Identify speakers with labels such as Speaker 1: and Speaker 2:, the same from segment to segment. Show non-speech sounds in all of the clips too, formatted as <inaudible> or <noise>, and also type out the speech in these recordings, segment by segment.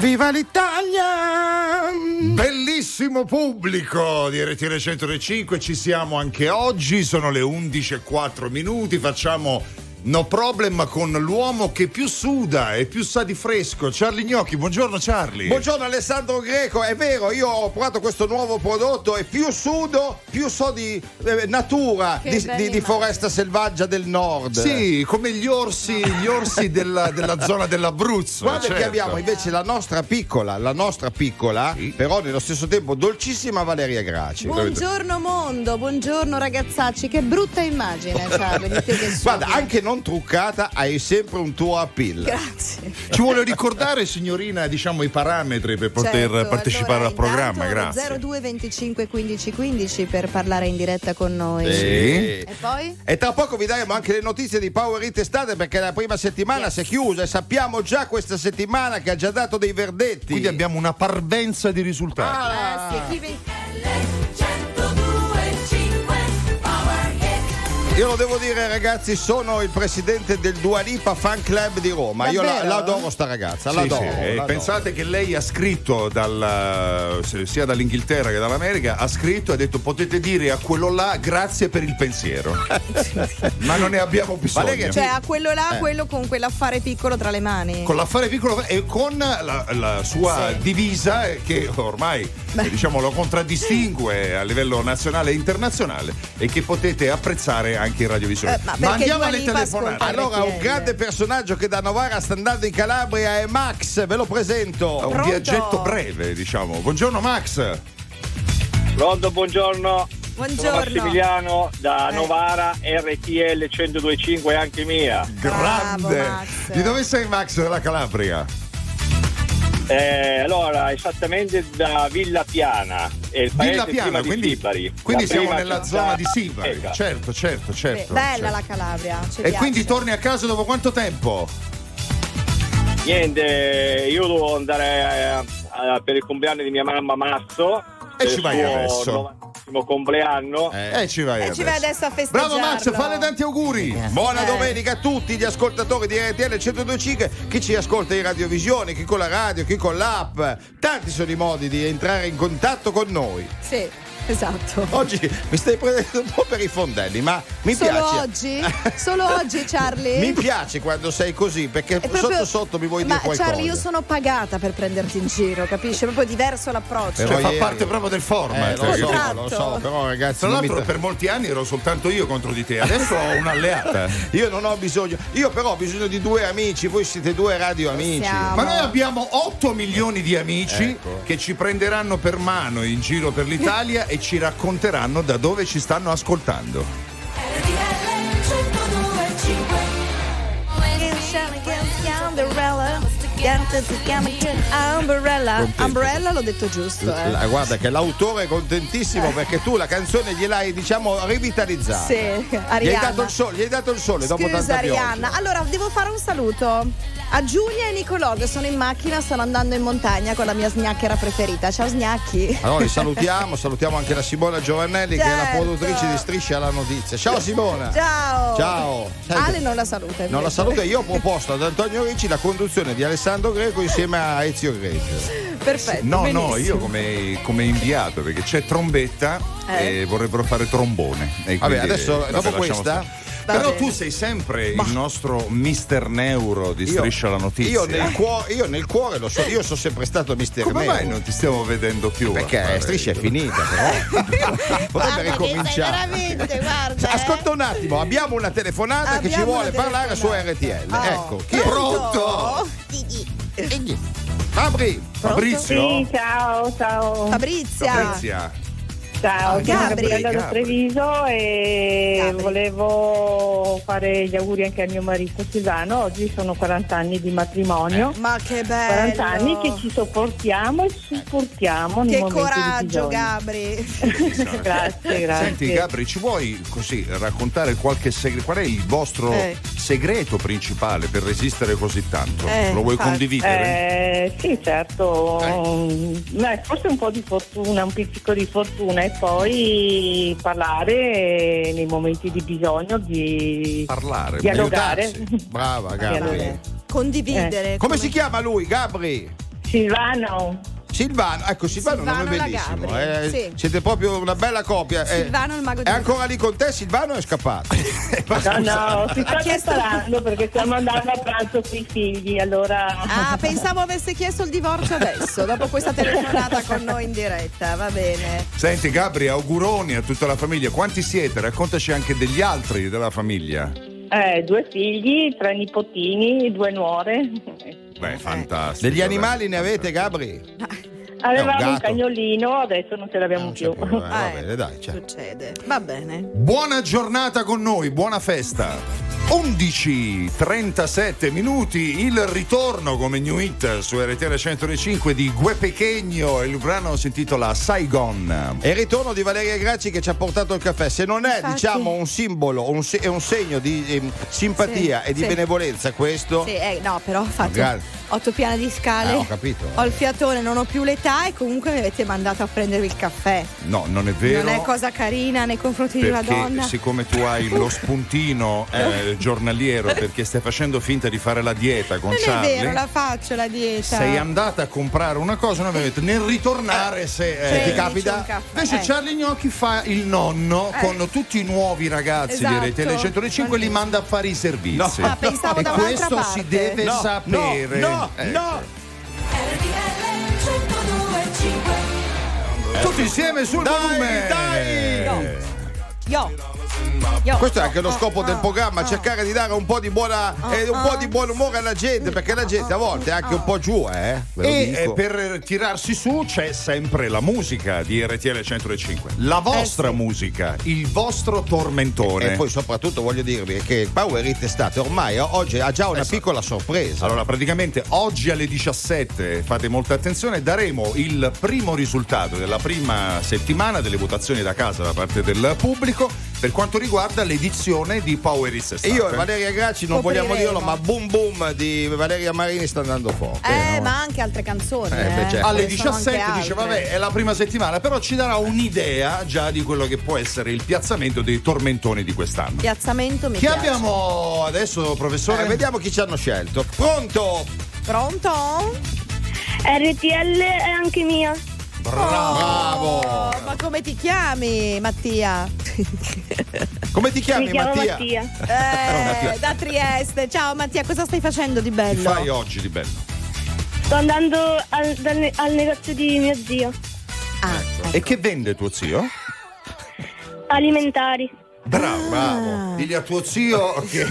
Speaker 1: Viva l'Italia!
Speaker 2: Bellissimo pubblico di RTL 105, ci siamo anche oggi, sono le 11.04 minuti, facciamo No Problem con l'uomo che più suda e più sa di fresco, Charlie Gnocchi, buongiorno Charlie.
Speaker 3: Buongiorno Alessandro Greco, è vero, io ho provato questo nuovo prodotto e più sudo, più so di eh, natura,
Speaker 4: Che
Speaker 3: di,
Speaker 4: bel
Speaker 3: di- di
Speaker 4: animale.
Speaker 3: foresta selvaggia del nord.
Speaker 2: Sì, come gli orsi, gli orsi della, della zona dell'Abruzzo.
Speaker 3: Guarda che
Speaker 2: certo.
Speaker 3: abbiamo invece la nostra piccola, la nostra piccola,
Speaker 2: Sì.
Speaker 3: però nello stesso tempo dolcissima Valeria Graci.
Speaker 4: Buongiorno mondo, buongiorno ragazzacci, che brutta immagine Charlie, di
Speaker 2: <laughs>
Speaker 4: te che sudi.
Speaker 3: Guarda, anche non truccata hai sempre un tuo appeal.
Speaker 4: Grazie.
Speaker 2: Ci vuole ricordare, signorina, diciamo i parametri per poter
Speaker 4: Certo,
Speaker 2: partecipare
Speaker 4: allora,
Speaker 2: al programma,
Speaker 4: intanto
Speaker 2: grazie.
Speaker 4: 02 25 15 15 per parlare in diretta con noi.
Speaker 3: Sì.
Speaker 4: E poi?
Speaker 3: E tra poco vi daremo anche le notizie di Power It estate perché la prima settimana si è chiusa e sappiamo già questa settimana che ha già dato dei verdetti.
Speaker 2: Quindi abbiamo una parvenza di risultati.
Speaker 4: Eh, sì, chi ven-
Speaker 3: Io lo devo dire ragazzi, sono il presidente del Dualipa Fan Club di Roma. Io la,
Speaker 4: Davvero?
Speaker 3: la adoro sta ragazza, la
Speaker 2: Sì,
Speaker 3: adoro.
Speaker 2: sì.
Speaker 3: la
Speaker 2: E
Speaker 3: adoro.
Speaker 2: pensate che lei ha scritto dal- se- sia dall'Inghilterra che dall'America, ha scritto e ha detto potete dire a quello là grazie per il
Speaker 4: <laughs>
Speaker 2: pensiero. Ma non ne abbiamo bisogno.
Speaker 3: Valeria,
Speaker 4: Cioè, a quello là,
Speaker 2: Eh.
Speaker 4: quello con quell'affare piccolo tra le mani.
Speaker 2: con l'affare piccolo e con la, la sua
Speaker 4: Sì.
Speaker 2: divisa eh, che ormai eh, diciamo, lo contraddistingue a livello nazionale e internazionale e che potete apprezzare anche in radiovisione.
Speaker 4: Eh, ma perché
Speaker 2: andiamo
Speaker 4: Dua
Speaker 2: alle
Speaker 4: Lipa
Speaker 2: telefonate.
Speaker 4: ascolta-
Speaker 3: Allora, un
Speaker 4: RTL.
Speaker 3: grande personaggio che da Novara sta andando in Calabria è Max, ve lo
Speaker 2: Ah,
Speaker 3: presento.
Speaker 2: un
Speaker 4: Pronto?
Speaker 2: viaggetto breve, diciamo. Buongiorno Max.
Speaker 5: Rondo, buongiorno. Sono
Speaker 4: Buongiorno.
Speaker 5: Massimiliano da
Speaker 4: Eh.
Speaker 5: Novara, RTL 1025 anche mia.
Speaker 4: Bravo,
Speaker 2: Grande.
Speaker 4: Max.
Speaker 2: Di dove sei Max della Calabria?
Speaker 5: Eh, allora, esattamente da Villa Piana, è il paese
Speaker 2: Villa
Speaker 5: prima
Speaker 2: Piana,
Speaker 5: di
Speaker 2: quindi,
Speaker 5: Sibari.
Speaker 2: quindi
Speaker 5: La
Speaker 2: siamo
Speaker 5: prima
Speaker 2: nella
Speaker 5: città Ecco.
Speaker 2: zona di Sibari.
Speaker 5: greca.
Speaker 2: Certo, certo, certo.
Speaker 4: Bella la
Speaker 2: certo.
Speaker 4: Calabria. ci
Speaker 2: E
Speaker 4: piace.
Speaker 2: quindi torni a casa dopo quanto tempo?
Speaker 5: Niente, io devo andare eh, eh, per il compleanno di mia mamma a marzo.
Speaker 2: E
Speaker 5: per
Speaker 2: ci
Speaker 5: il
Speaker 2: vai
Speaker 5: suo
Speaker 2: adesso.
Speaker 5: 90° compleanno.
Speaker 2: Eh, ci vai.
Speaker 4: E ci vai adesso a festeggiarlo.
Speaker 2: Bravo Max, fare tanti auguri.
Speaker 3: Buona
Speaker 4: Eh.
Speaker 3: domenica a tutti gli ascoltatori di RTL 1025, chi ci ascolta in radiovisione, chi con la radio, chi con l'app. Tanti sono i modi di entrare in contatto con noi.
Speaker 4: Sì, esatto.
Speaker 3: Oggi mi stai prendendo un po' per i fondelli, ma mi
Speaker 4: Solo
Speaker 3: piace.
Speaker 2: <laughs>
Speaker 4: oggi? Solo oggi, Charlie?
Speaker 3: Mi piace quando sei così perché
Speaker 4: È proprio-
Speaker 3: sotto sotto mi vuoi
Speaker 4: Ma
Speaker 3: dire qualcosa.
Speaker 4: Charlie, io sono pagata per prenderti in giro, capisci? È proprio diverso l'approccio.
Speaker 2: Cioè,
Speaker 3: Però
Speaker 2: fa
Speaker 3: ieri-
Speaker 2: parte proprio del
Speaker 3: Eh,
Speaker 2: format.
Speaker 3: lo so,
Speaker 2: capito?
Speaker 4: Esatto.
Speaker 3: lo so, però ragazzi,
Speaker 2: Tra
Speaker 3: non mi
Speaker 2: l'altro per molti anni ero soltanto io contro di te, adesso
Speaker 3: <laughs>
Speaker 2: ho un'alleata.
Speaker 3: Io non ho bisogno, io però ho bisogno di due amici, voi siete due radio amici.
Speaker 4: siamo.
Speaker 2: Ma noi abbiamo 8 milioni di amici
Speaker 3: Ecco.
Speaker 2: che ci prenderanno per mano in giro per l'Italia e ci racconteranno da dove ci stanno ascoltando.
Speaker 4: Umbrella, umbrella l'ho detto giusto, eh.
Speaker 3: La- guarda che l'autore è contentissimo perché tu la canzone gliel'hai diciamo rivitalizzata.
Speaker 4: Sì,
Speaker 3: Gli hai
Speaker 4: Arianna.
Speaker 3: dato il sole, gli hai dato il sole dopo
Speaker 4: Scusa
Speaker 3: tanta pioggia.
Speaker 4: Arianna, allora devo fare un saluto a Giulia e Nicolò che sono in macchina, stanno andando in montagna con la mia snacchera preferita. Ciao snacchi.
Speaker 3: Allora li salutiamo, salutiamo anche la Simona Giovannelli che è la
Speaker 4: Certo.
Speaker 3: produttrice di Striscia alla Notizia. Ciao Simona!
Speaker 4: Ciao.
Speaker 3: Ciao. Sai che-
Speaker 4: Ale non la saluta.
Speaker 3: Non la
Speaker 4: invece.
Speaker 3: saluto, io ho proposto ad Antonio Ricci la conduzione di Alessandro Greco insieme a Ezio Greco.
Speaker 4: Perfetto.
Speaker 2: No, no,
Speaker 4: Eh, benissimo.
Speaker 2: io come, come inviato perché c'è trombetta
Speaker 4: Eh.
Speaker 2: e vorrebbero fare trombone. E
Speaker 3: Vabbè,
Speaker 2: quindi,
Speaker 3: adesso,
Speaker 2: vabbè,
Speaker 3: dopo
Speaker 2: lasciamo
Speaker 3: questa-
Speaker 2: stare.
Speaker 4: Va
Speaker 2: Però
Speaker 4: bene.
Speaker 2: tu sei sempre il nostro mister neuro di Striscia la notizia. Eh,
Speaker 3: Io nel, cuo- io nel cuore lo so, io sono sempre stato mister
Speaker 2: Come
Speaker 3: Nero.
Speaker 2: mai non ti stiamo vedendo più? a
Speaker 3: Perché
Speaker 2: fare-
Speaker 3: striscia è finita, però. Potrebbe ricominciare.
Speaker 4: veramente, guarda.
Speaker 3: Cioè, Ascolta un attimo, abbiamo una telefonata che ci
Speaker 4: Abbiamo
Speaker 3: vuole
Speaker 4: una
Speaker 3: parlare su
Speaker 4: telefonata.
Speaker 3: RTL.
Speaker 4: Oh.
Speaker 3: Ecco, chi è?
Speaker 2: Pronto?
Speaker 3: Fabri.
Speaker 2: Fabrizio?
Speaker 6: Sì, ciao, ciao.
Speaker 4: Fabrizia.
Speaker 2: Fabrizia.
Speaker 6: Ciao, sono
Speaker 4: Ah, Gabri.
Speaker 6: Gabriella da
Speaker 2: Gabri.
Speaker 6: Treviso e
Speaker 4: Gabri.
Speaker 6: volevo fare gli auguri anche a mio marito Silvano. Oggi sono 40 anni di matrimonio.
Speaker 4: Eh, Ma che bello.
Speaker 6: 40 anni che ci sopportiamo e ci supportiamo. nei
Speaker 4: Che
Speaker 6: momenti di
Speaker 4: coraggio,
Speaker 6: bisogno.
Speaker 4: Gabri.
Speaker 6: grazie, grazie.
Speaker 2: Eh, Senti Gabri, ci vuoi così raccontare qualche segreto? Qual è il vostro
Speaker 4: Eh.
Speaker 2: segreto principale per resistere così tanto?
Speaker 4: Eh,
Speaker 2: Lo vuoi
Speaker 4: infatti.
Speaker 2: condividere?
Speaker 6: Eh, sì, certo, Eh, forse un po' di fortuna, un pizzico di fortuna e poi parlare nei momenti di bisogno di
Speaker 2: Parlare,
Speaker 6: Dialogare.
Speaker 2: aiutarsi.
Speaker 3: Brava
Speaker 6: Dialogare.
Speaker 3: Gabri.
Speaker 4: condividere.
Speaker 6: Eh.
Speaker 3: Come si chiama lui, Gabri?
Speaker 6: Silvano.
Speaker 3: Silvano, ecco Silvano, è un nome
Speaker 4: Silvano
Speaker 3: bellissimo.
Speaker 4: Lagabria,
Speaker 3: eh.
Speaker 4: sì.
Speaker 3: Siete proprio una bella coppia. eh.
Speaker 4: Silvano il mago di
Speaker 3: È
Speaker 4: Oz.
Speaker 3: ancora lì con te, Silvano è scappato.
Speaker 6: No,
Speaker 3: <laughs>
Speaker 6: no, si
Speaker 4: Ha
Speaker 6: sta
Speaker 4: chiesto-
Speaker 6: preparando perché stiamo andando a pranzo con i figli, allora...
Speaker 4: Ah, pensavo avesse chiesto il divorzio adesso, dopo questa telefonata con noi in diretta, va bene.
Speaker 3: Eh,
Speaker 2: Senti Gabri, auguroni a tutta la famiglia. Quanti siete? Raccontaci anche degli altri della famiglia.
Speaker 6: Eh, due figli, tre nipotini, due nuore.
Speaker 4: Eh.
Speaker 2: Beh, fantastico.
Speaker 3: Degli
Speaker 2: dai.
Speaker 3: animali ne avete, Gabri?
Speaker 6: Avevamo un,
Speaker 3: gatto.
Speaker 6: cagnolino, adesso non ce l'abbiamo
Speaker 3: Non c'è
Speaker 6: più.
Speaker 3: più,
Speaker 6: <laughs>
Speaker 3: eh, va
Speaker 4: Eh,
Speaker 3: bene, dai, ciao.
Speaker 4: Succede. Va bene.
Speaker 2: Buona giornata con noi, buona festa. 11.37 minuti, il ritorno come New Hit su RTL 105 di Gue Pechegno e il brano si intitola Saigon.
Speaker 3: E il ritorno di Valeria Gracci che ci ha portato il caffè. Se non è,
Speaker 4: Infatti.
Speaker 3: diciamo, un simbolo un se- è un segno di ehm, simpatia
Speaker 4: Sì,
Speaker 3: e di
Speaker 4: sì.
Speaker 3: benevolenza questo.
Speaker 4: Sì, eh, no, però ho fatto
Speaker 3: Magari.
Speaker 4: otto piani di scale.
Speaker 3: Eh, ho capito.
Speaker 4: Ho il fiatone, non ho più l'età e comunque mi avete mandato a prendervi il caffè.
Speaker 2: No, non è vero.
Speaker 4: Non è cosa carina nei confronti di una
Speaker 2: perché
Speaker 4: donna.
Speaker 2: siccome tu hai lo spuntino eh, giornaliero perché stai facendo finta di fare la dieta con
Speaker 4: non
Speaker 2: Charlie.
Speaker 4: è vero, la faccio la dieta.
Speaker 2: sei andata a comprare una cosa, non mi ha detto nel ritornare se eh,
Speaker 4: Sì,
Speaker 2: ti
Speaker 4: c'è un
Speaker 2: capita.
Speaker 4: caffè.
Speaker 2: Invece
Speaker 4: Eh.
Speaker 2: Charlie Gnocchi fa il nonno
Speaker 4: Eh.
Speaker 2: con tutti i nuovi ragazzi
Speaker 4: Esatto.
Speaker 2: di Rete 105 e li manda a fare i servizi.
Speaker 3: No.
Speaker 4: Ah, pensavo
Speaker 2: e
Speaker 4: da un'altra
Speaker 2: questo
Speaker 4: parte.
Speaker 2: si deve
Speaker 3: No,
Speaker 2: sapere.
Speaker 3: no, no,
Speaker 2: Ecco.
Speaker 3: no.
Speaker 2: Tutti insieme sul
Speaker 3: Dai,
Speaker 2: volume. Eh.
Speaker 3: dai.
Speaker 4: Yo. Yo.
Speaker 3: Questo è
Speaker 4: Oh,
Speaker 3: anche lo
Speaker 4: oh,
Speaker 3: scopo del
Speaker 4: oh,
Speaker 3: programma,
Speaker 4: oh.
Speaker 3: cercare di dare un po' di, buona, eh, un po' di buon umore alla gente, perché
Speaker 4: Oh,
Speaker 3: la gente a volte è anche un po' giù, eh. Ve lo
Speaker 2: E eh,
Speaker 3: dico.
Speaker 2: per tirarsi su c'è sempre la musica di RTL 105. La vostra musica, il vostro tormentone.
Speaker 3: Eh, E poi soprattutto voglio dirvi che Power It Estate ormai o- oggi ha già una piccola sorpresa.
Speaker 2: Esatto. Allora, praticamente oggi alle 17, fate molta attenzione, daremo il primo risultato della prima settimana delle votazioni da casa da parte del pubblico per quanto riguarda l'edizione di Power Is
Speaker 3: E
Speaker 2: Estate.
Speaker 3: io e Valeria Gracci non
Speaker 4: Scopriremo.
Speaker 3: vogliamo dirlo, ma boom boom di Valeria Marini sta andando forte.
Speaker 4: Eh,
Speaker 3: no?
Speaker 4: ma anche altre canzoni.
Speaker 3: Eh, beh,
Speaker 4: eh.
Speaker 3: certo.
Speaker 2: Alle
Speaker 4: Ce ne sono
Speaker 2: 17
Speaker 4: anche
Speaker 2: dice
Speaker 4: altre.
Speaker 2: vabbè è la prima settimana però ci darà un'idea già di quello che può essere il piazzamento dei tormentoni di quest'anno.
Speaker 4: Piazzamento mi
Speaker 2: Chi
Speaker 4: piace.
Speaker 2: abbiamo adesso professore?
Speaker 3: Eh, vediamo chi ci hanno scelto. Pronto?
Speaker 4: Pronto?
Speaker 7: RTL è anche mia.
Speaker 3: Bravo!
Speaker 4: Oh, ma come ti chiami,
Speaker 3: <laughs>
Speaker 4: Mattia?
Speaker 3: Come ti chiami
Speaker 7: Mi chiamo
Speaker 3: Mattia?
Speaker 7: Mattia.
Speaker 4: Eh, da Trieste. Ciao Mattia, cosa stai facendo di
Speaker 2: Che
Speaker 4: bello?
Speaker 2: fai oggi di bello?
Speaker 7: Sto andando al, dal ne- al negozio di mio zio.
Speaker 4: Ah,
Speaker 3: Ecco.
Speaker 2: E che vende tuo zio?
Speaker 7: Alimentari.
Speaker 2: Bravo,
Speaker 4: Ah.
Speaker 2: bravo. Digli a tuo zio
Speaker 4: <laughs>
Speaker 2: che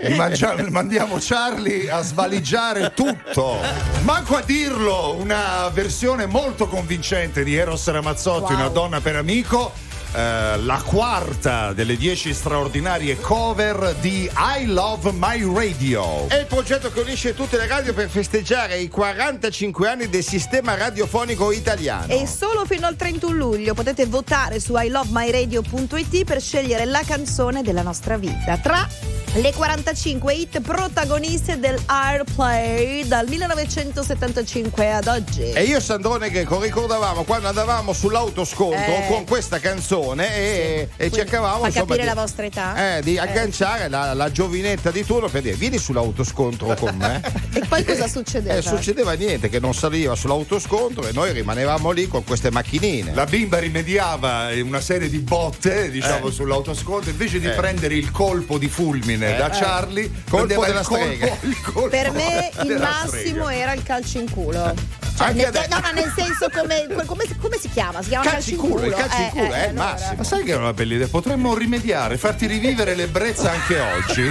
Speaker 2: gli mangia- mandiamo Charlie a svaligiare tutto. Manco a dirlo, una versione molto convincente di Eros Ramazzotti,
Speaker 4: Wow.
Speaker 2: una donna per amico. eh, la quarta delle dieci straordinarie cover di I Love My Radio.
Speaker 3: È il progetto che unisce tutte le radio per festeggiare i 45 anni del sistema radiofonico italiano.
Speaker 4: E solo fino al 31 luglio potete votare su ilovemyradio.it per scegliere la canzone della nostra vita tra le 45 hit protagoniste del Airplay dal 1975 ad oggi.
Speaker 3: E io e Sandrone Greco ricordavamo quando andavamo sull'autoscontro
Speaker 4: Eh.
Speaker 3: con questa canzone e, e
Speaker 4: Quindi,
Speaker 3: cercavamo
Speaker 4: fa
Speaker 3: insomma,
Speaker 4: capire
Speaker 3: di,
Speaker 4: la vostra età.
Speaker 3: eh, di agganciare la, la giovinetta di turno per dire vieni sull'autoscontro con me.
Speaker 4: <laughs> E poi cosa succedeva?
Speaker 3: <laughs> Eh, succedeva niente che non saliva sull'autoscontro e noi rimanevamo lì con queste macchinine.
Speaker 2: La bimba rimediava eh, una serie di botte, diciamo, sull'autoscontro, invece di
Speaker 3: Eh.
Speaker 2: prendere il colpo di fulmine
Speaker 3: Eh.
Speaker 2: da Charlie,
Speaker 3: Colpo
Speaker 2: prendeva
Speaker 3: della
Speaker 2: il colpo,
Speaker 3: strega.
Speaker 2: <laughs> il colpo
Speaker 3: <laughs>
Speaker 4: per me il
Speaker 2: della
Speaker 4: massimo
Speaker 2: strega.
Speaker 4: era il calcio in culo. Cioè,
Speaker 3: Anche
Speaker 4: nel-
Speaker 3: adesso-
Speaker 4: no, ma nel senso come, come- come si chiama? Si chiama
Speaker 3: Calci in culo, il calcio in culo, eh, il
Speaker 4: allora.
Speaker 3: massimo.
Speaker 2: Ma sai che era una bella idea? Potremmo rimediare, farti rivivere l'ebbrezza anche oggi.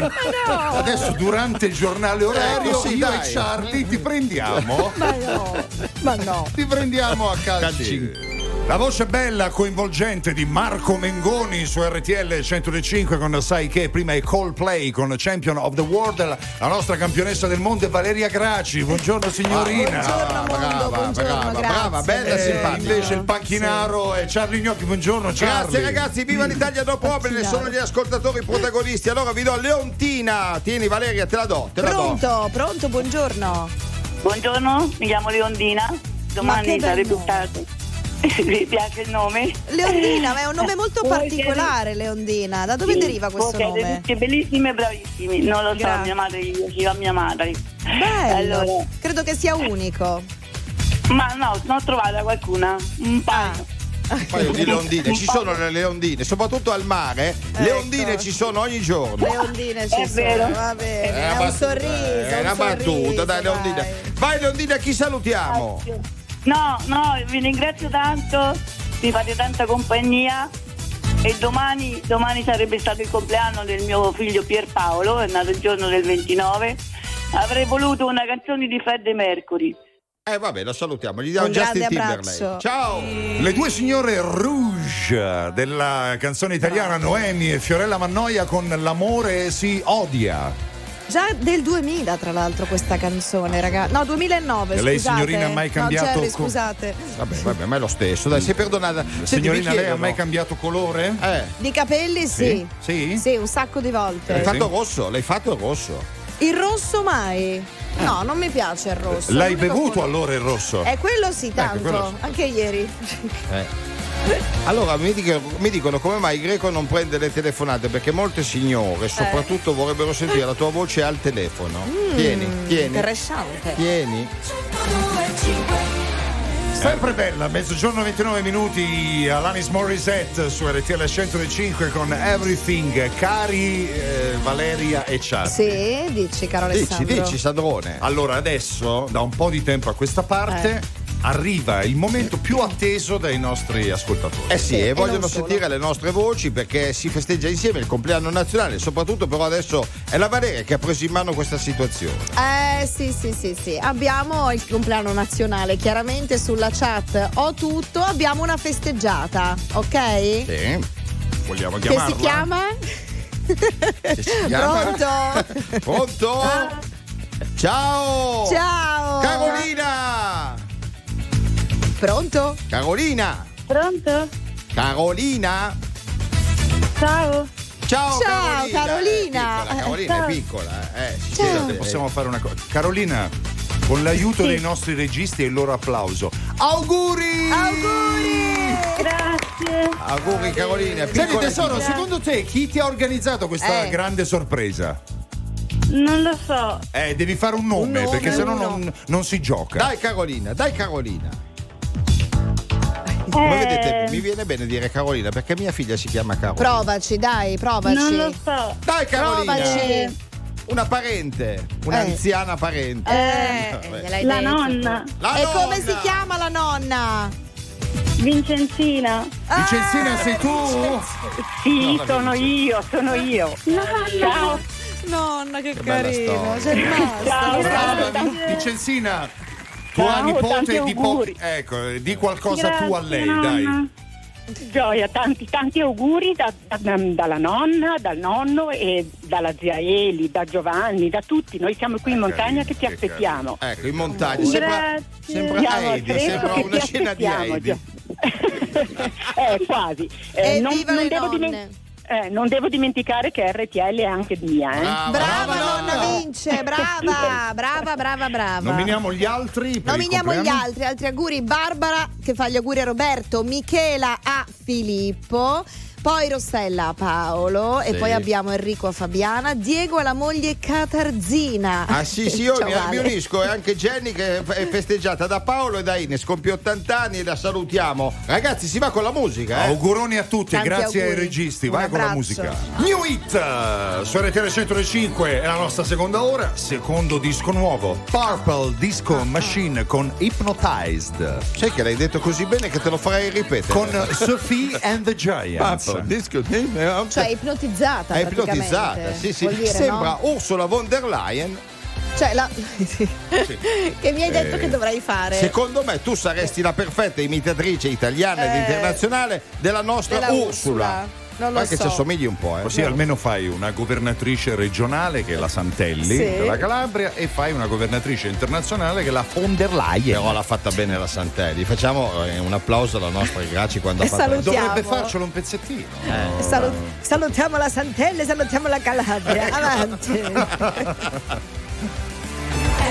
Speaker 2: Adesso durante il giornale orario,
Speaker 3: Eh, sì,
Speaker 2: io
Speaker 3: dai.
Speaker 2: e Charlie
Speaker 3: <laughs>
Speaker 2: ti prendiamo.
Speaker 4: Ma no, ma no.
Speaker 2: ti prendiamo a calci. La voce bella, coinvolgente di Marco Mengoni su RTL 105 con Sai che prima è Coldplay con Champion of the World, la, la nostra campionessa del mondo è Valeria Graci. Buongiorno signorina.
Speaker 4: Buongiorno mondo,
Speaker 3: brava,
Speaker 4: buongiorno,
Speaker 3: brava, brava,
Speaker 4: grazie.
Speaker 3: bella,
Speaker 2: Ah, Eh,
Speaker 3: simpatica.
Speaker 2: invece il panchinaro è Charlie Gnocchi, buongiorno Charlie.
Speaker 3: Grazie ragazzi, viva l'Italia dopo opere, sono gli ascoltatori protagonisti. Allora vi do Leontina. Tieni Valeria, te la do, te la do.
Speaker 4: Pronto, pronto, buongiorno.
Speaker 8: Buongiorno, mi chiamo Leondina,
Speaker 4: Ma che
Speaker 8: domani sarei
Speaker 4: bel
Speaker 8: più
Speaker 4: nome.
Speaker 8: tardi. <laughs>
Speaker 6: Vi piace il nome?
Speaker 4: Leondina, ma è un nome molto
Speaker 6: Voi
Speaker 4: particolare, Leondina. Da dove
Speaker 6: Eh, Sì,
Speaker 4: deriva questo
Speaker 6: voi siete
Speaker 4: nome?
Speaker 6: tutti bellissimi e bravissimi. Non lo so,
Speaker 4: Grazie.
Speaker 6: mia madre, io ci va mia madre.
Speaker 4: Bello,
Speaker 6: Allora,
Speaker 4: credo che sia unico.
Speaker 6: ma no, non ho trovata qualcuna. Un
Speaker 4: Ah.
Speaker 6: paio.
Speaker 3: Un paio di leondine, ci sono le leondine, soprattutto al mare. Leondine
Speaker 4: Ecco.
Speaker 3: ci sono ogni giorno.
Speaker 4: Leondine ci
Speaker 6: È
Speaker 4: sono,
Speaker 6: vero.
Speaker 4: va bene.
Speaker 3: Era
Speaker 4: È un
Speaker 3: battuta,
Speaker 4: sorriso.
Speaker 3: eh,
Speaker 4: un
Speaker 3: Era battuta,
Speaker 4: sorriso,
Speaker 3: dai Leondina.
Speaker 4: dai.
Speaker 3: Vai Leondina, chi salutiamo?
Speaker 6: No, no, vi ringrazio tanto, mi fate tanta compagnia. E domani, domani sarebbe stato il compleanno del mio figlio Pierpaolo, è nato il giorno del 29. Avrei voluto una canzone di Fred Mercury.
Speaker 3: Eh vabbè, la salutiamo, gli diamo
Speaker 4: Un
Speaker 3: Justin
Speaker 4: grande
Speaker 3: Timberlake.
Speaker 4: abbraccio.
Speaker 3: Ciao!
Speaker 2: Le due signore Rouge della canzone italiana Noemi e Fiorella Mannoia con L'amore si odia.
Speaker 4: Già del 2000, tra l'altro, questa canzone, ragazzi. No, 2009.
Speaker 2: E lei,
Speaker 4: scusate.
Speaker 2: signorina, ha mai
Speaker 4: No,
Speaker 2: cambiato
Speaker 4: Jerry,
Speaker 2: co-
Speaker 4: scusate.
Speaker 3: Vabbè, vabbè, ma è lo stesso, dai, sei perdonata. Senti,
Speaker 2: Signorina,
Speaker 3: mi
Speaker 2: lei ha
Speaker 3: chiedono-
Speaker 2: mai cambiato colore?
Speaker 3: Eh,
Speaker 4: Di capelli, sì.
Speaker 2: Sì?
Speaker 4: un sacco di
Speaker 3: l'hai
Speaker 4: volte.
Speaker 2: Eh.
Speaker 3: fatto rosso, l'hai fatto rosso.
Speaker 4: Il rosso mai? No, non mi piace il rosso.
Speaker 2: Ah. L'hai
Speaker 4: L'unico
Speaker 2: bevuto
Speaker 4: colore-
Speaker 2: allora il rosso?
Speaker 4: Eh, quello sì, tanto.
Speaker 2: quello sì.
Speaker 4: Anche ieri.
Speaker 3: Eh. Allora mi dicono, mi dicono come mai Greco non prende le telefonate perché molte
Speaker 4: Eh.
Speaker 3: signore soprattutto vorrebbero sentire la tua voce al telefono.
Speaker 4: Mm,
Speaker 3: tieni, tieni,
Speaker 4: Interessante.
Speaker 3: tieni.
Speaker 2: Sempre bella, mezzogiorno 29 minuti, Alanis Morissette su RTL 105 con Everything, cari eh, Valeria e Charlie.
Speaker 4: Sì, dici, caro
Speaker 3: Dici,
Speaker 4: Alessandro.
Speaker 3: dici, Sandrone.
Speaker 2: Allora adesso, da un po' di tempo a questa parte,
Speaker 4: Eh.
Speaker 2: arriva il momento più atteso dai nostri ascoltatori.
Speaker 3: Eh sì,
Speaker 4: Sì,
Speaker 3: e
Speaker 4: e
Speaker 3: vogliono
Speaker 4: non solo.
Speaker 3: sentire le nostre voci perché si festeggia insieme il compleanno nazionale, soprattutto però adesso è la Valeria che ha preso in mano questa situazione.
Speaker 4: Eh sì sì sì sì, abbiamo il compleanno nazionale, chiaramente sulla chat ho tutto, abbiamo una festeggiata, ok?
Speaker 3: Sì.
Speaker 2: Vogliamo
Speaker 4: che
Speaker 2: chiamarla?
Speaker 4: si chiama?
Speaker 3: Chiama-
Speaker 4: Pronto? Ah.
Speaker 3: Pronto? Ciao!
Speaker 4: Ciao!
Speaker 3: Oh. Carolina!
Speaker 4: Pronto?
Speaker 3: Carolina!
Speaker 7: Pronto?
Speaker 3: Carolina!
Speaker 7: Ciao.
Speaker 3: Ciao,
Speaker 4: Ciao,
Speaker 3: Carolina!
Speaker 4: Carolina.
Speaker 3: È piccola,
Speaker 4: Eh,
Speaker 3: Carolina è
Speaker 4: ciao.
Speaker 3: piccola. Eh, sì,
Speaker 4: Ciao.
Speaker 3: scusate,
Speaker 2: Possiamo fare una cosa. Carolina, con l'aiuto dei nostri registi e il loro applauso. Auguri!
Speaker 4: Auguri!
Speaker 7: Grazie.
Speaker 3: eh, Auguri Carolina, è
Speaker 2: Senti
Speaker 3: piccola.
Speaker 2: tesoro, secondo te chi ti ha organizzato questa
Speaker 4: Eh.
Speaker 2: grande sorpresa?
Speaker 7: Non lo so.
Speaker 2: Eh, devi fare un nome,
Speaker 4: Un nome,
Speaker 2: perché sennò
Speaker 4: uno.
Speaker 2: non, non si gioca.
Speaker 3: Dai Carolina, dai Carolina. Ma
Speaker 7: Eh,
Speaker 3: vedete, mi viene bene dire Carolina perché mia figlia si chiama Carolina.
Speaker 4: Provaci, dai, provaci.
Speaker 7: Non lo so.
Speaker 3: Dai Carolina.
Speaker 4: Provaci.
Speaker 3: Una parente, un'anziana parente.
Speaker 4: Eh,
Speaker 3: Vabbè.
Speaker 4: gliel'hai
Speaker 7: La
Speaker 4: detto.
Speaker 7: nonna.
Speaker 3: La
Speaker 4: e come
Speaker 3: nonna!
Speaker 4: si chiama la nonna?
Speaker 7: Vincenzina.
Speaker 6: Ah.
Speaker 2: Vicenzina, sei tu?
Speaker 6: Sì, sono io, sono io. Ciao.
Speaker 4: Nonna, che,
Speaker 3: bella
Speaker 4: carino,
Speaker 3: storia.
Speaker 4: c'è rimasto.
Speaker 6: Ciao.
Speaker 2: Brava, Vi-
Speaker 6: eh.
Speaker 2: Vicenzina. Tua
Speaker 6: Ciao,
Speaker 2: nipote
Speaker 6: tanti
Speaker 2: di
Speaker 6: auguri.
Speaker 2: pochi. Ecco, eh, di qualcosa tu a
Speaker 7: Grazie,
Speaker 2: lei,
Speaker 7: nonna.
Speaker 2: dai.
Speaker 6: Gioia, tanti, tanti auguri da- da- dalla nonna, dal nonno e dalla zia Eli, da Giovanni, da tutti. Noi siamo qui in montagna che ti aspettiamo.
Speaker 3: Ecco, in montagna. Sembra,
Speaker 7: Grazie.
Speaker 3: sembra
Speaker 6: Siamo a
Speaker 3: Heidi,
Speaker 6: Trento
Speaker 3: sembra
Speaker 6: che
Speaker 3: una
Speaker 6: ti
Speaker 3: scena di
Speaker 6: aspettiamo,
Speaker 3: Heidi.
Speaker 6: Gio- <laughs> eh, quasi. Eh, non,
Speaker 4: Evviva
Speaker 6: non
Speaker 4: le
Speaker 6: devo
Speaker 4: nonne.
Speaker 6: dimen- eh, non devo dimenticare che RTL è anche mia. Eh.
Speaker 3: Ah, Brava,
Speaker 4: Brava, nonna
Speaker 3: <laughs>
Speaker 4: vince, brava, brava, brava, brava.
Speaker 2: Nominiamo gli altri. per il
Speaker 4: Nominiamo gli
Speaker 2: compleanno?
Speaker 4: altri, altri auguri. Barbara che fa gli auguri a Roberto, Michela a Filippo. Poi Rossella a Paolo e
Speaker 3: Sì.
Speaker 4: poi abbiamo Enrico a Fabiana, Diego alla moglie Catarzina.
Speaker 3: Ah sì sì, io
Speaker 4: <laughs> Ciao,
Speaker 3: mi, mi
Speaker 4: Ale.
Speaker 3: unisco e anche Jenny che è festeggiata da Paolo e da Ines, compie 80 anni e la salutiamo. Ragazzi si va con la musica, eh?
Speaker 2: Auguroni a tutti, e
Speaker 4: Tanti
Speaker 2: grazie ai
Speaker 4: auguri.
Speaker 2: registi.
Speaker 4: Un
Speaker 2: Vai con la
Speaker 4: abbraccio.
Speaker 2: musica. New Hit eh, su RTL 105 è la nostra seconda ora. Secondo disco nuovo, Purple Disco
Speaker 4: Ah.
Speaker 2: Machine con Hypnotized.
Speaker 3: Sai che l'hai detto così bene che te lo farei ripetere.
Speaker 2: Con Sophie and the Giants.
Speaker 3: Papa, disco
Speaker 4: Cioè ipnotizzata
Speaker 3: è
Speaker 4: praticamente.
Speaker 3: ipnotizzata, sì, sì. <laughs>
Speaker 4: Vuol dire,
Speaker 3: Sembra
Speaker 4: no?
Speaker 3: Ursula von der Leyen.
Speaker 4: Cioè la... <laughs> che mi hai detto
Speaker 3: Eh.
Speaker 4: che dovrei fare.
Speaker 3: Secondo me tu saresti la perfetta imitatrice italiana ed
Speaker 4: Eh.
Speaker 3: internazionale della nostra
Speaker 4: Della
Speaker 3: Ursula.
Speaker 4: Ursula. Non lo
Speaker 3: Anche
Speaker 4: so.
Speaker 3: ci assomigli un po', eh.
Speaker 2: Così almeno fai una governatrice regionale che è la Santelli
Speaker 4: Sì.
Speaker 2: della Calabria e fai una governatrice internazionale che è la von der Leyen.
Speaker 3: Però l'ha fatta bene la Santelli. Facciamo eh, un applauso alla nostra Graci quando ha
Speaker 4: E
Speaker 3: fatto la-
Speaker 4: salutiamo.
Speaker 2: Dovrebbe farcelo un pezzettino.
Speaker 3: Eh.
Speaker 4: Salu- salutiamo la Santella e salutiamo la <laughs> Calabria. Avanti. Eh,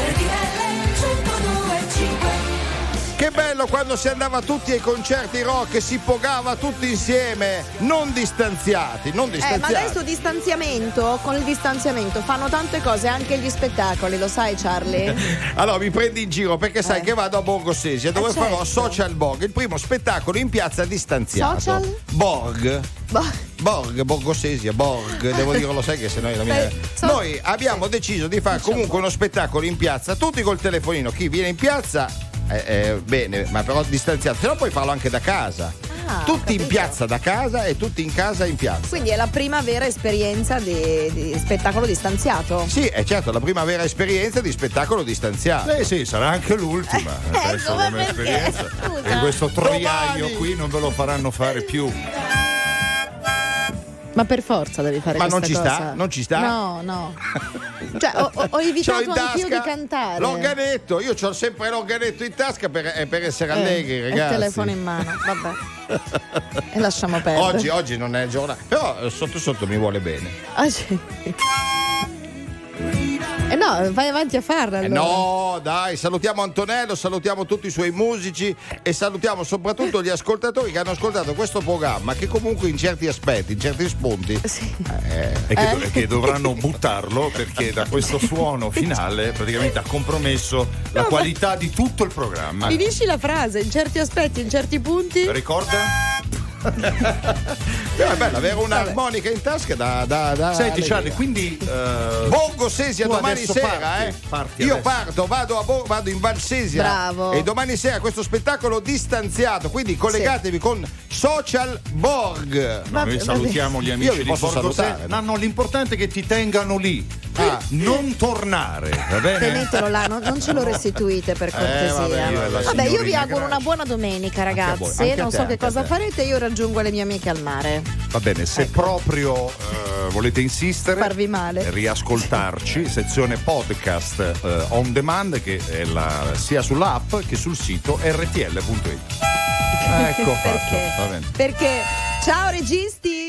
Speaker 8: RTL 1025
Speaker 3: Che Che bello quando si andava tutti ai concerti rock e si pogava tutti insieme, non distanziati, non
Speaker 4: Eh, ma
Speaker 3: distanziati.
Speaker 4: adesso distanziamento, con il distanziamento fanno tante cose, anche gli spettacoli, lo sai Charlie?
Speaker 3: Allora mi prendi in giro perché sai
Speaker 4: Eh.
Speaker 3: che vado a Borgo Sesia dove
Speaker 4: certo.
Speaker 3: farò Social Borg, il primo spettacolo in piazza distanziato.
Speaker 4: Social?
Speaker 3: Borg.
Speaker 4: Boh.
Speaker 3: Borg, Borgo Sesia, Borg, devo
Speaker 8: <laughs>
Speaker 3: dirlo, sai che se no è la mia.
Speaker 4: Beh, so-
Speaker 3: Noi abbiamo deciso di fare
Speaker 8: Diciamo.
Speaker 3: comunque uno spettacolo in piazza, tutti col telefonino. Chi viene in piazza, eh, eh, bene, ma però distanziato, se no puoi farlo anche da casa.
Speaker 4: Ah, ho
Speaker 3: tutti in
Speaker 4: capito.
Speaker 3: piazza da casa e tutti in casa in piazza.
Speaker 4: Quindi è la prima vera esperienza di, di spettacolo distanziato.
Speaker 3: Sì, è certo, la prima vera esperienza di spettacolo distanziato.
Speaker 2: Eh sì, sarà anche l'ultima.
Speaker 4: Eh,
Speaker 2: Adesso
Speaker 4: come
Speaker 2: come
Speaker 4: perché?
Speaker 2: esperienza.
Speaker 4: Scusa.
Speaker 2: E questo troiaio
Speaker 3: Domani.
Speaker 2: qui non ve lo faranno fare più.
Speaker 8: Ma per forza devi fare
Speaker 3: Ma
Speaker 8: questa
Speaker 3: non ci
Speaker 8: cosa.
Speaker 3: sta? Non ci sta?
Speaker 8: No,
Speaker 4: <laughs>
Speaker 8: no. Cioè, ho, ho- ho
Speaker 3: C'ho
Speaker 8: evitato
Speaker 3: in
Speaker 8: anch'io di
Speaker 3: tasca
Speaker 8: cantare.
Speaker 3: L'organetto, io ho sempre l'organetto in tasca per, eh, per essere
Speaker 8: Eh,
Speaker 3: allegri,
Speaker 8: e
Speaker 3: ragazzi.
Speaker 8: il telefono in mano,
Speaker 4: <laughs>
Speaker 8: vabbè. e lasciamo perdere.
Speaker 3: Oggi, oggi non è giornata, però eh, sotto sotto mi vuole bene.
Speaker 4: Ah,
Speaker 8: Oggi. Eh no, vai avanti a farla
Speaker 3: Eh
Speaker 8: allora.
Speaker 3: no, dai, salutiamo Antonello, salutiamo tutti i suoi musici e salutiamo soprattutto gli ascoltatori che hanno ascoltato questo programma che comunque in certi aspetti, in certi spunti, eh,
Speaker 2: E
Speaker 4: Eh.
Speaker 2: che, dov- che dovranno buttarlo perché da questo suono finale praticamente ha compromesso la qualità di tutto il programma.
Speaker 8: Finisci la frase, in certi aspetti, in certi punti.
Speaker 2: Ricorda?
Speaker 3: però è bello avere un'armonica in tasca da... da,
Speaker 4: Ah,
Speaker 3: da
Speaker 2: Senti
Speaker 3: allegria.
Speaker 2: Charlie, quindi eh,
Speaker 3: Borgo Sesia
Speaker 2: Tu
Speaker 3: domani
Speaker 2: adesso
Speaker 3: sera,
Speaker 2: parti,
Speaker 3: eh.
Speaker 2: parti
Speaker 3: Io
Speaker 2: adesso.
Speaker 3: parto, vado, a Bo- vado in Val Sesia.
Speaker 8: Bravo.
Speaker 3: E domani sera questo spettacolo distanziato, quindi collegatevi con Social Borg.
Speaker 2: No, noi
Speaker 8: Vabbè,
Speaker 2: salutiamo gli
Speaker 3: Io
Speaker 2: amici
Speaker 3: vi
Speaker 2: di
Speaker 3: posso
Speaker 2: Borgo
Speaker 3: salutare,
Speaker 2: Sesia.
Speaker 3: no?
Speaker 2: No, no, l'importante è che ti tengano lì.
Speaker 3: Ah.
Speaker 2: Non tornare, Eh, Eh, va bene?
Speaker 4: Tenetelo là, non, non ce lo restituite per cortesia.
Speaker 3: Eh, vabbè,
Speaker 4: vabbè,
Speaker 3: la
Speaker 4: io vi
Speaker 2: signorina
Speaker 4: auguro
Speaker 2: Grace.
Speaker 4: una buona domenica,
Speaker 3: a voi, anche
Speaker 4: ragazze.
Speaker 3: a
Speaker 4: non
Speaker 3: te,
Speaker 4: so
Speaker 3: anche
Speaker 4: che
Speaker 3: a
Speaker 4: cosa
Speaker 3: te.
Speaker 4: farete, io raggiungo le mie amiche al mare.
Speaker 2: Va bene, se proprio eh, volete insistere,
Speaker 4: Ecco. Farvi male.
Speaker 2: riascoltarci, sezione podcast eh, on demand che è la- sia sull'app che sul sito rtl.it. Ecco fatto.
Speaker 3: Ah,
Speaker 4: <laughs> Perché?
Speaker 2: Va bene.
Speaker 4: Perché? Ciao registi!